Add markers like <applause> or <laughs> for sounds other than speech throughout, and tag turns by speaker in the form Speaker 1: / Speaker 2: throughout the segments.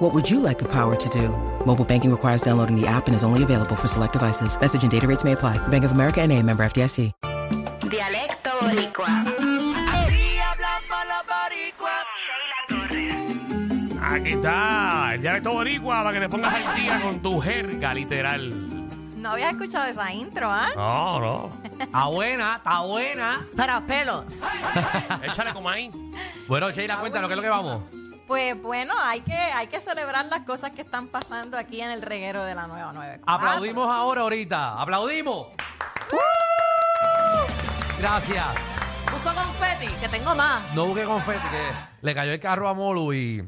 Speaker 1: What would you like the power to do? Mobile banking requires downloading the app and is only available for select devices. Message and data rates may apply. Bank of America and a member FDIC.
Speaker 2: Dialecto boricua.
Speaker 3: Así hablamos los boricuas.
Speaker 4: Aquí está, el dialecto boricua para que te pongas al día con tu jerga, literal.
Speaker 5: No había escuchado esa intro, ¿ah?
Speaker 4: No, no.
Speaker 6: Está buena, está buena.
Speaker 2: Para pelos.
Speaker 4: <laughs> Échale como ahí.
Speaker 6: Bueno, Sheila, cuéntanos, ¿qué es lo que vamos?
Speaker 5: Pues bueno, hay que, hay que celebrar las cosas que están pasando aquí en el reguero de la nueva 9.
Speaker 6: Aplaudimos ahora, ahorita. Aplaudimos.
Speaker 2: ¡Uh!
Speaker 6: Gracias.
Speaker 2: Busco confeti, que tengo más.
Speaker 6: No busque confeti, que le cayó el carro a Molu y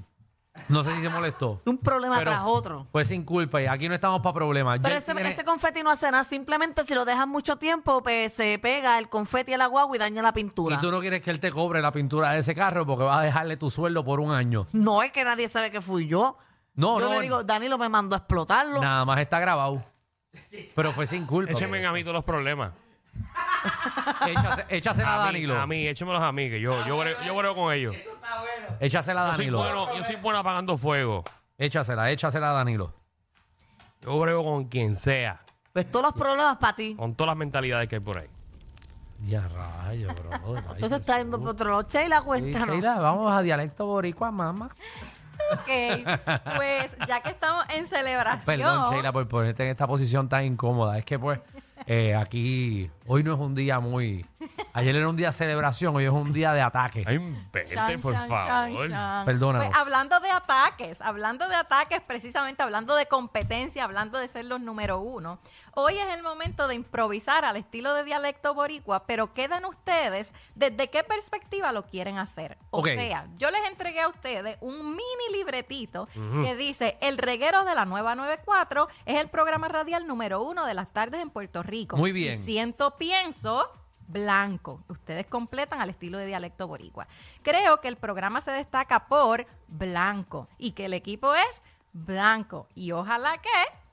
Speaker 6: no sé si se molestó.
Speaker 2: Un problema
Speaker 6: Pero
Speaker 2: tras otro.
Speaker 6: Fue sin culpa y aquí no estamos para problemas.
Speaker 2: Pero
Speaker 6: Jel
Speaker 2: ese,
Speaker 6: tiene-
Speaker 2: ese confeti no hace nada. Simplemente si lo dejan mucho tiempo, pues, se pega el confeti a la guagua y daña la
Speaker 6: Y
Speaker 2: pintura.
Speaker 6: tú no quieres que él te cobre la pintura de ese carro porque vas a dejarle tu sueldo por un año.
Speaker 2: No es que nadie sabe que fui yo.
Speaker 6: No,
Speaker 2: yo
Speaker 6: no.
Speaker 2: le digo, Danilo me mandó a explotarlo.
Speaker 6: Nada más está grabado. Pero fue sin culpa.
Speaker 4: Échenme a mí todos los problemas.
Speaker 6: <laughs> Échase- Échasela a
Speaker 4: A mí,
Speaker 6: Danilo.
Speaker 4: a mí, échenmelos a mí, que yo, yo, brego, yo brego con ellos.
Speaker 6: Échasela a
Speaker 4: Yo soy,
Speaker 6: Danilo.
Speaker 4: bueno, yo soy bueno apagando fuego.
Speaker 6: Échasela, échasela a Danilo.
Speaker 4: Yo brego con quien sea,
Speaker 2: Pues todos los problemas para ti.
Speaker 4: con todas las mentalidades que hay por ahí.
Speaker 6: Ya rayos,
Speaker 2: <laughs>
Speaker 6: bro.
Speaker 2: Entonces está en otro noche y la cuenta, ¿no?
Speaker 6: vamos a dialecto boricua, mamá.
Speaker 5: Ok, pues ya que estamos en celebración.
Speaker 6: <laughs> Perdón, Sheila, por ponerte en esta posición tan incómoda. Es que, pues, eh, aquí hoy no es un día muy... Ayer era un día de celebración, hoy es un día de ataque.
Speaker 4: Ay, vete,
Speaker 5: Chan,
Speaker 4: por
Speaker 5: chan,
Speaker 4: favor.
Speaker 5: chan, chan.
Speaker 6: Perdónanos.
Speaker 5: Pues, hablando de ataques, hablando de ataques, precisamente hablando de competencia, hablando de ser los número uno, hoy es el momento de improvisar al estilo de dialecto boricua, pero quedan ustedes desde qué perspectiva lo quieren hacer. O
Speaker 6: Ok.
Speaker 5: sea, yo les entregué a ustedes un mini libretito que dice El reguero de la nueva 94 es el programa radial número uno de las tardes en Puerto Rico.
Speaker 6: Muy bien.
Speaker 5: Y siento, pienso blanco. Ustedes completan al estilo de dialecto boricua. Creo que el programa se destaca por blanco y que el equipo es blanco. Y ojalá que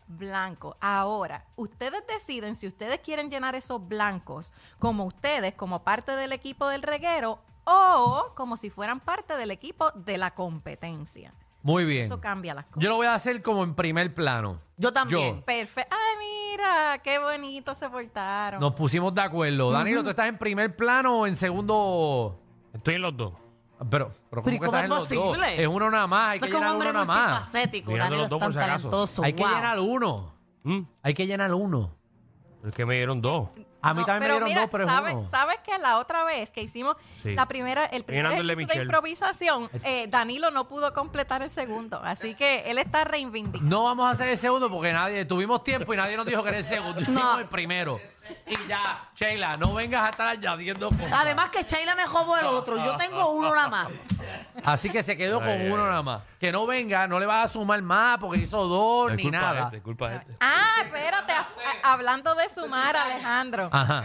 Speaker 5: blanco. Ahora, ustedes deciden si ustedes quieren llenar esos blancos como ustedes, como parte del equipo del reguero o como si fueran parte del equipo de la competencia.
Speaker 6: Muy bien.
Speaker 5: Eso cambia las cosas.
Speaker 6: Yo lo voy a hacer como en primer plano.
Speaker 2: Yo también.
Speaker 5: Perfecto. Ay, mira, qué bonito se portaron.
Speaker 6: Nos pusimos de acuerdo. Danilo, ¿tú estás en primer plano o en segundo...?
Speaker 4: Estoy en los dos.
Speaker 6: Pero, pero ¿cómo,
Speaker 2: ¿y
Speaker 6: que
Speaker 2: cómo
Speaker 6: estás
Speaker 2: es
Speaker 6: en los dos?
Speaker 2: posible?
Speaker 6: Es uno nada más, hay
Speaker 2: No
Speaker 6: que
Speaker 2: es que un
Speaker 6: llenar
Speaker 2: hombre
Speaker 6: uno nada más.
Speaker 2: multifacético.
Speaker 4: Mirando
Speaker 2: Danilo
Speaker 4: los
Speaker 2: es
Speaker 4: dos,
Speaker 2: tan
Speaker 4: por si acaso.
Speaker 2: talentoso.
Speaker 6: Hay que
Speaker 2: wow.
Speaker 6: llenar uno.
Speaker 4: Mm,
Speaker 6: Hay que llenar uno.
Speaker 4: Es que me dieron dos.
Speaker 6: A mí
Speaker 5: No,
Speaker 6: también
Speaker 5: pero
Speaker 6: me dieron
Speaker 5: mira,
Speaker 6: dos, pero es
Speaker 5: ¿sabes,
Speaker 6: uno.
Speaker 5: sabes que la otra vez que hicimos
Speaker 4: Sí.
Speaker 5: la primera, el primer
Speaker 4: Llenando el de
Speaker 5: ejercicio
Speaker 4: Michelle.
Speaker 5: de improvisación, eh, Danilo no pudo completar el segundo, así que él está reivindicando.
Speaker 6: No vamos a hacer el segundo porque nadie tuvimos tiempo y nadie nos dijo que era el
Speaker 2: <laughs>
Speaker 6: segundo. Hicimos
Speaker 2: No.
Speaker 6: el primero. Y ya, Sheila, no vengas a estar añadiendo cosas.
Speaker 2: Además que Sheila me jodó el otro. Yo tengo uno nada
Speaker 6: <laughs>
Speaker 2: más.
Speaker 6: Así que se quedó con
Speaker 4: Ay, ay,
Speaker 6: uno
Speaker 4: ay.
Speaker 6: nada más. Que no venga, no le vas a sumar más porque hizo dos
Speaker 4: Es
Speaker 6: ni
Speaker 4: culpa de
Speaker 6: nada.
Speaker 4: este, es culpa de este.
Speaker 5: Ah, espérate, as- a- hablando de sumar, Alejandro,
Speaker 6: Ajá.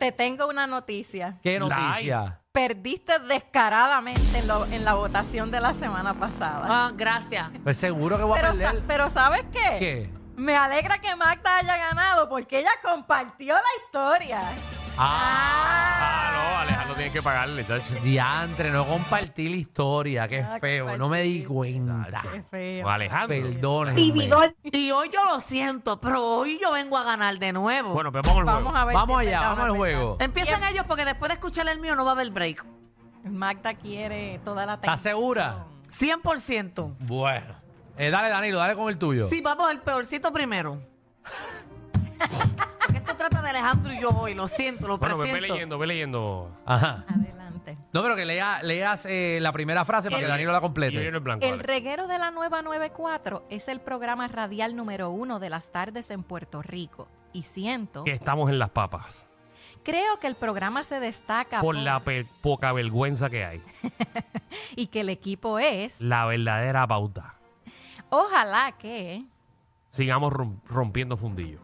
Speaker 5: te tengo una noticia.
Speaker 6: ¿Qué
Speaker 4: Like.
Speaker 6: noticia?
Speaker 5: Perdiste descaradamente en, lo- en la votación de la semana pasada.
Speaker 2: Ah, gracias.
Speaker 6: Pues seguro que voy a
Speaker 5: pero, sa-
Speaker 6: perder.
Speaker 5: pero ¿sabes qué?
Speaker 6: ¿Qué?
Speaker 5: Me alegra que Magda haya ganado porque ella compartió la historia.
Speaker 6: Ah,
Speaker 4: Ah, no, Alejandro tiene que pagarle, chacho.
Speaker 6: diantre, no compartí la historia. Qué
Speaker 5: Ah,
Speaker 6: feo. No me di
Speaker 5: compartí.
Speaker 6: cuenta.
Speaker 5: Qué feo.
Speaker 4: Alejandro.
Speaker 6: Perdónenme.
Speaker 2: <laughs> Y hoy yo lo siento, pero hoy yo vengo a ganar de nuevo.
Speaker 4: Bueno, pues vamos al juego.
Speaker 5: Vamos a ver.
Speaker 6: Vamos
Speaker 5: si es
Speaker 6: allá,
Speaker 5: verdad o
Speaker 6: vamos
Speaker 5: no
Speaker 6: al
Speaker 5: es
Speaker 6: juego.
Speaker 2: Empiezan ellos porque después de escuchar el mío no va a haber break.
Speaker 5: verdad. Magda quiere toda la
Speaker 6: ¿Estás segura?
Speaker 2: 100%.
Speaker 6: Bueno. Eh, dale, Danilo, dale con el tuyo.
Speaker 2: Sí, vamos al peorcito primero. <laughs> Porque esto trata de Alejandro y yo hoy, lo siento, lo
Speaker 4: Bueno, pues ve, ve
Speaker 2: presiento.
Speaker 4: leyendo, ve leyendo.
Speaker 6: Ajá.
Speaker 5: Adelante.
Speaker 6: No, pero que lea- leas eh, la primera frase para que Danilo la
Speaker 4: Y yo lleno
Speaker 6: complete.
Speaker 4: el blanco.
Speaker 5: El
Speaker 4: dale.
Speaker 5: reguero de la nueva 94 es el programa radial número uno de las tardes en Puerto Rico. Y siento,
Speaker 4: Que estamos en las papas.
Speaker 5: creo que el programa se destaca
Speaker 4: Por la pe- poca vergüenza que hay.
Speaker 5: y que el equipo es,
Speaker 4: La verdadera pauta.
Speaker 5: ojalá que...
Speaker 4: Sigamos rom- rompiendo fundillo.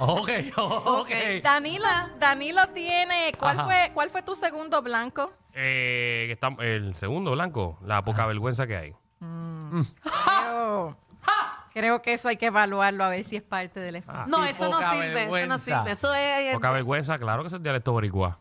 Speaker 6: Ok, <laughs> ok.
Speaker 5: Danilo, Danilo tiene. ¿Cuál
Speaker 6: Ajá.
Speaker 5: fue, ¿Cuál fue tu segundo blanco?
Speaker 4: Eh, que está- el segundo blanco, la poca vergüenza que hay.
Speaker 5: Creo, creo que eso hay que evaluarlo a ver si es parte del efecto.
Speaker 6: Ah,
Speaker 2: No,
Speaker 6: qué
Speaker 2: eso no
Speaker 6: poca
Speaker 2: sirve, eso no
Speaker 6: vergüenza.
Speaker 2: sirve. Eso es. eh,
Speaker 4: Poca vergüenza, claro que eso es dialecto boricua.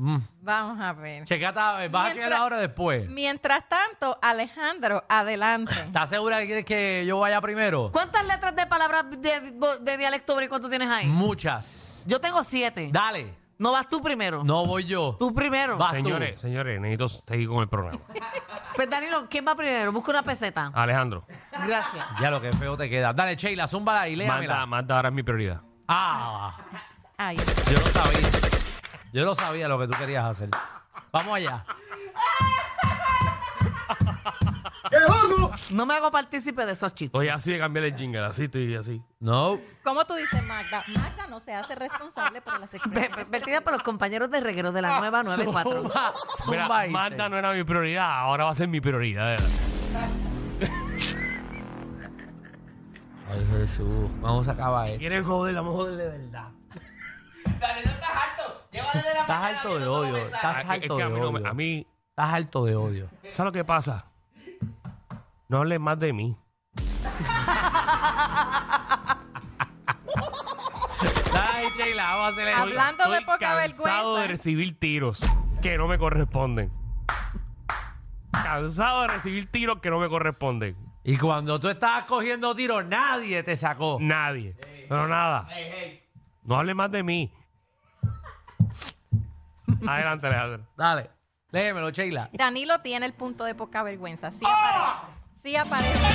Speaker 5: Vamos a ver.
Speaker 6: Checata, vas a checar
Speaker 5: Mientras-
Speaker 6: ahora después.
Speaker 5: Mientras tanto, Alejandro,
Speaker 4: <laughs>
Speaker 5: adelante.
Speaker 6: ¿Estás segura que quieres que yo vaya primero?
Speaker 2: ¿Cuántas letras de palabras de, de dialecto boricua tú tienes
Speaker 6: Mm.
Speaker 2: ahí?
Speaker 6: Muchas.
Speaker 2: Yo tengo siete.
Speaker 6: Dale.
Speaker 2: No vas tú primero.
Speaker 6: No voy yo.
Speaker 2: Tú primero.
Speaker 6: Vas tú.
Speaker 4: Señores, señores, necesito seguir con el
Speaker 6: <laughs>
Speaker 4: programa.
Speaker 2: Pues Danilo, ¿quién va primero? Busca una peseta.
Speaker 4: Alejandro,
Speaker 2: Gracias.
Speaker 6: Ya lo que feo te queda. Dale, Sheila, zúmbala y
Speaker 4: Manda,
Speaker 6: léamela.
Speaker 4: manda ahora es mi prioridad.
Speaker 6: Ah,
Speaker 5: Ahí.
Speaker 6: yo lo sabía. Yo lo sabía lo que tú querías hacer. Vamos allá.
Speaker 2: No me hago partícipe de esos chistes.
Speaker 4: Oye, así de cambiar el jingle, así estoy así.
Speaker 6: No. <laughs>
Speaker 5: ¿Cómo tú dices, Magda? Magda no se hace responsable por las
Speaker 2: Ve-
Speaker 5: expresiones.
Speaker 2: ve- Vertida por los compañeros de reguero de
Speaker 4: Ah,
Speaker 2: la nueva 94.
Speaker 6: Zumba,
Speaker 4: Mira,
Speaker 6: zumba y-
Speaker 4: Magda no era mi prioridad, ahora va a ser mi prioridad. de verdad.
Speaker 6: Ay, Jesús. Vamos a acabar esto.
Speaker 4: ¿Quieres joder? Vamos a joder de verdad.
Speaker 3: Danilo, estás alto. Llévale de la
Speaker 6: Estás
Speaker 3: mañana
Speaker 6: alto de
Speaker 3: viendo todo
Speaker 6: odio.
Speaker 3: mensaje.
Speaker 6: Estás
Speaker 4: Ah, Es
Speaker 6: alto
Speaker 4: que
Speaker 6: de
Speaker 4: a mí, no me- a
Speaker 6: odio.
Speaker 4: mí
Speaker 6: Estás alto de odio.
Speaker 4: ¿Sabes lo que pasa? No hables más de mí.
Speaker 6: Dale, Sheila, vamos a hacer
Speaker 5: Habla- Hablando de
Speaker 4: Estoy
Speaker 5: poca
Speaker 4: cansado
Speaker 5: vergüenza.
Speaker 4: de recibir tiros que no me corresponden. Cansado de recibir tiros que no me corresponden.
Speaker 6: Y cuando tú estabas cogiendo tiros, nadie te sacó.
Speaker 4: Nadie. Pero nada. No hables más de mí. Adelante, Alejandro.
Speaker 6: Dale. Léemelo, Sheila.
Speaker 5: Danilo tiene el punto de poca vergüenza. Sí aparece. Sí aparece.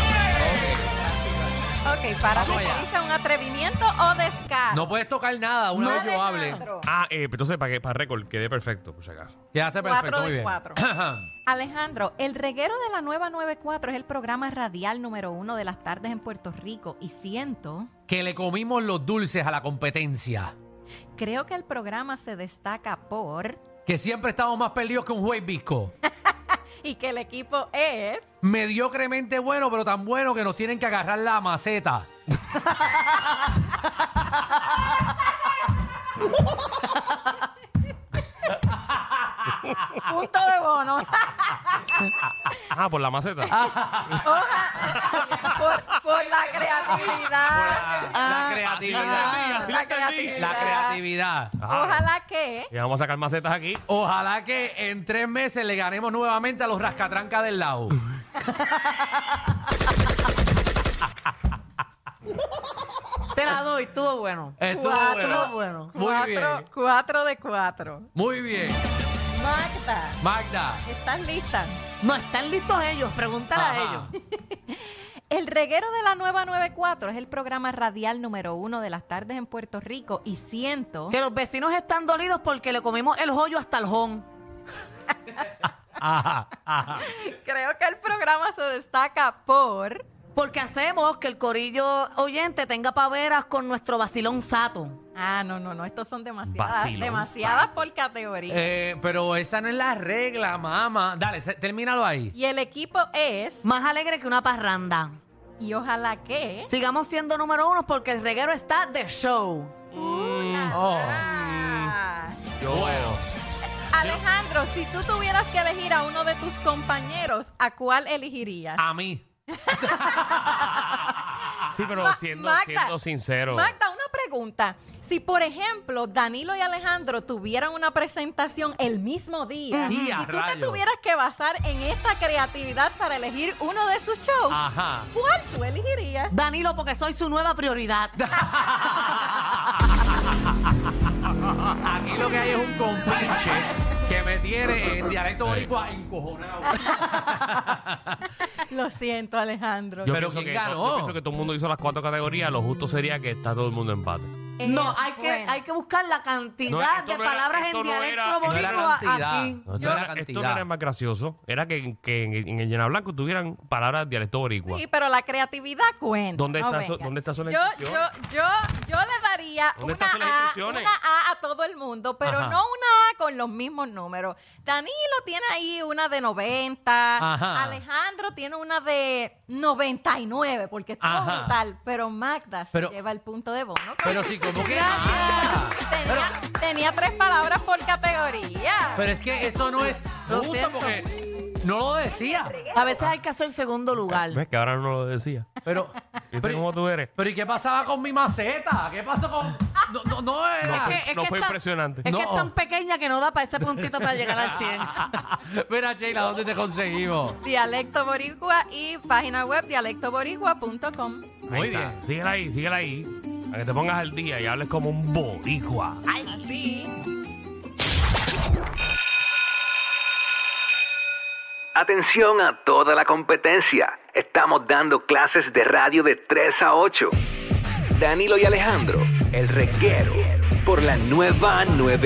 Speaker 5: Ok, para ti
Speaker 6: Vamos allá.
Speaker 5: se dice un atrevimiento o descaro.
Speaker 6: No puedes tocar nada una vez yo hable.
Speaker 5: Alejandro.
Speaker 4: Ah, eh, entonces para, que- para récord quedé perfecto, por si acaso.
Speaker 6: Quedaste perfecto,
Speaker 5: Cuatro
Speaker 6: muy
Speaker 5: de
Speaker 6: bien.
Speaker 5: cuatro. Alejandro, el reguero de la nueva 94 es el programa radial número uno de las tardes en Puerto Rico y siento,
Speaker 6: <clears throat> que le comimos los dulces a la competencia.
Speaker 5: creo que el programa se destaca por
Speaker 6: Que siempre estamos más perdidos que un juez visco.
Speaker 5: y que el equipo es
Speaker 6: Mediocremente bueno, pero tan bueno que nos tienen que agarrar la maceta.
Speaker 5: punto de bono.
Speaker 6: <laughs>
Speaker 4: Ah, por la maceta.
Speaker 5: Hoja- por, por la creatividad.
Speaker 6: La
Speaker 4: Sí,
Speaker 6: creatividad.
Speaker 5: ah, la
Speaker 4: entendí.
Speaker 5: creatividad.
Speaker 6: La creatividad.
Speaker 4: Ajá.
Speaker 5: Ojalá que
Speaker 4: Ya vamos a sacar macetas aquí.
Speaker 6: Ojalá que en tres meses le ganemos nuevamente a los rascatranca del lado.
Speaker 2: Te la doy, estuvo bueno.
Speaker 6: Estuvo
Speaker 4: Ah.
Speaker 5: Cuatro,
Speaker 6: bueno. Muy bien.
Speaker 5: cuatro, cuatro de cuatro.
Speaker 6: Muy bien.
Speaker 5: Magda,
Speaker 6: Magda.
Speaker 5: ¿estás lista?
Speaker 2: No, están listos ellos, pregúntale
Speaker 6: Ajá.
Speaker 2: a ellos.
Speaker 5: El reguero de la nueva 94 es el programa radial número uno de las tardes en Puerto Rico y siento
Speaker 2: Que los vecinos están dolidos porque le comimos el joyo hasta el jón.
Speaker 6: Ajá, ajá.
Speaker 5: creo que el programa se destaca por
Speaker 2: Porque hacemos que el corillo oyente tenga paveras con nuestro vacilón sato.
Speaker 5: ah no no no estos son demasiadas
Speaker 4: Vacilón,
Speaker 5: demasiadas
Speaker 4: sabe.
Speaker 5: por categoría
Speaker 6: Eh, pero esa no es la regla, mamá. Dale, se- termínalo ahí.
Speaker 5: y el equipo es
Speaker 2: Más alegre que una parranda.
Speaker 5: y ojalá que
Speaker 2: Sigamos siendo número uno porque el reguero está de show.
Speaker 6: Oh.
Speaker 5: Ah.
Speaker 4: Yo, bueno.
Speaker 5: Alejandro si tú tuvieras que elegir a uno de tus compañeros a cuál elegirías
Speaker 6: A mí.
Speaker 4: Sí, pero
Speaker 5: Ah, Ma-
Speaker 4: siendo,
Speaker 5: Magda,
Speaker 4: siendo sincero.
Speaker 5: Magda, una pregunta. Si, por ejemplo, Danilo y Alejandro tuvieran una presentación el mismo día
Speaker 6: Ujú.
Speaker 5: y
Speaker 6: Día,
Speaker 5: tú te
Speaker 6: rayo.
Speaker 5: tuvieras que basar en esta creatividad para elegir uno de sus shows,
Speaker 6: Ajá.
Speaker 5: ¿cuál tú elegirías?
Speaker 2: Danilo, porque soy su nueva
Speaker 4: <laughs>
Speaker 2: prioridad.
Speaker 6: Aquí lo que hay es un compinche que me tiene en dialecto boricua encojonado.
Speaker 5: Lo siento, Alejandro.
Speaker 4: Yo
Speaker 6: Pero
Speaker 4: pienso
Speaker 6: ¿quién
Speaker 4: que,
Speaker 6: ganó?
Speaker 4: yo- yo pienso que todo el mundo hizo las cuatro categorías. Lo justo sería que está todo el mundo en empate.
Speaker 5: Eh,
Speaker 2: No, hay que,
Speaker 5: bueno.
Speaker 2: hay que buscar la
Speaker 4: No,
Speaker 2: cantidad
Speaker 4: esto
Speaker 2: de
Speaker 4: no era-
Speaker 2: palabras
Speaker 4: esto
Speaker 2: en
Speaker 4: no
Speaker 2: dialecto
Speaker 4: era- no
Speaker 6: No era
Speaker 2: boricua
Speaker 6: cantidad.
Speaker 2: aquí.
Speaker 6: No,
Speaker 4: Esto,
Speaker 6: esto era
Speaker 4: era- esto no era
Speaker 6: cantidad.
Speaker 4: más gracioso. Era que, que en, en el llena blanco tuvieran palabras dialecto boricua.
Speaker 5: Sí, pero la creatividad cuenta.
Speaker 4: ¿Dónde
Speaker 5: No
Speaker 4: está su-
Speaker 5: venga.
Speaker 4: dónde está su
Speaker 5: yo, yo,
Speaker 4: elección?
Speaker 5: yo, yo le daría
Speaker 4: ¿Dónde
Speaker 5: una
Speaker 4: están sus
Speaker 5: A,
Speaker 4: instrucciones?
Speaker 5: una A a todo el mundo, pero
Speaker 6: Ajá.
Speaker 5: no una A con los mismos números. Danilo tiene ahí una de 90,
Speaker 6: Ajá.
Speaker 5: Alejandro tiene una de 99, porque estuvo
Speaker 6: Ajá.
Speaker 5: brutal, pero Magda se
Speaker 6: Pero-
Speaker 5: lleva el punto de bono.
Speaker 6: Pero sí, como que.
Speaker 5: Tenía, tenía tres palabras por categoría.
Speaker 6: Pero es que eso no es
Speaker 2: Lo
Speaker 6: justo
Speaker 2: siento.
Speaker 6: porque no lo decía.
Speaker 2: A veces hay que hacer segundo lugar.
Speaker 7: ¿Ves que ahora no lo decía?
Speaker 6: Pero,
Speaker 7: ¿Viste cómo
Speaker 6: pero,
Speaker 7: tú eres?
Speaker 6: pero ¿y qué pasaba con mi maceta? ¿Qué pasó con.? No, no, no era.
Speaker 2: Es que- Eh, es
Speaker 7: no
Speaker 2: que
Speaker 7: fue
Speaker 2: es tan-
Speaker 7: impresionante.
Speaker 2: Es que es
Speaker 6: No.
Speaker 2: tan pequeña que no da para ese puntito para llegar al <laughs> 100.
Speaker 6: Mira, Sheila, ¿dónde te conseguimos?
Speaker 5: Dialecto Boricua y página web dialectoboricua.com.
Speaker 4: Muy
Speaker 7: Ahí está.
Speaker 4: bien.
Speaker 7: Síguela ahí, síguela ahí. Para que te pongas al día y hables como un boricua.
Speaker 5: ¡Ay, sí!
Speaker 8: Atención a toda la competencia. Estamos dando clases de radio de 3 a 8. Danilo y Alejandro, el reguero, por la nueva 9.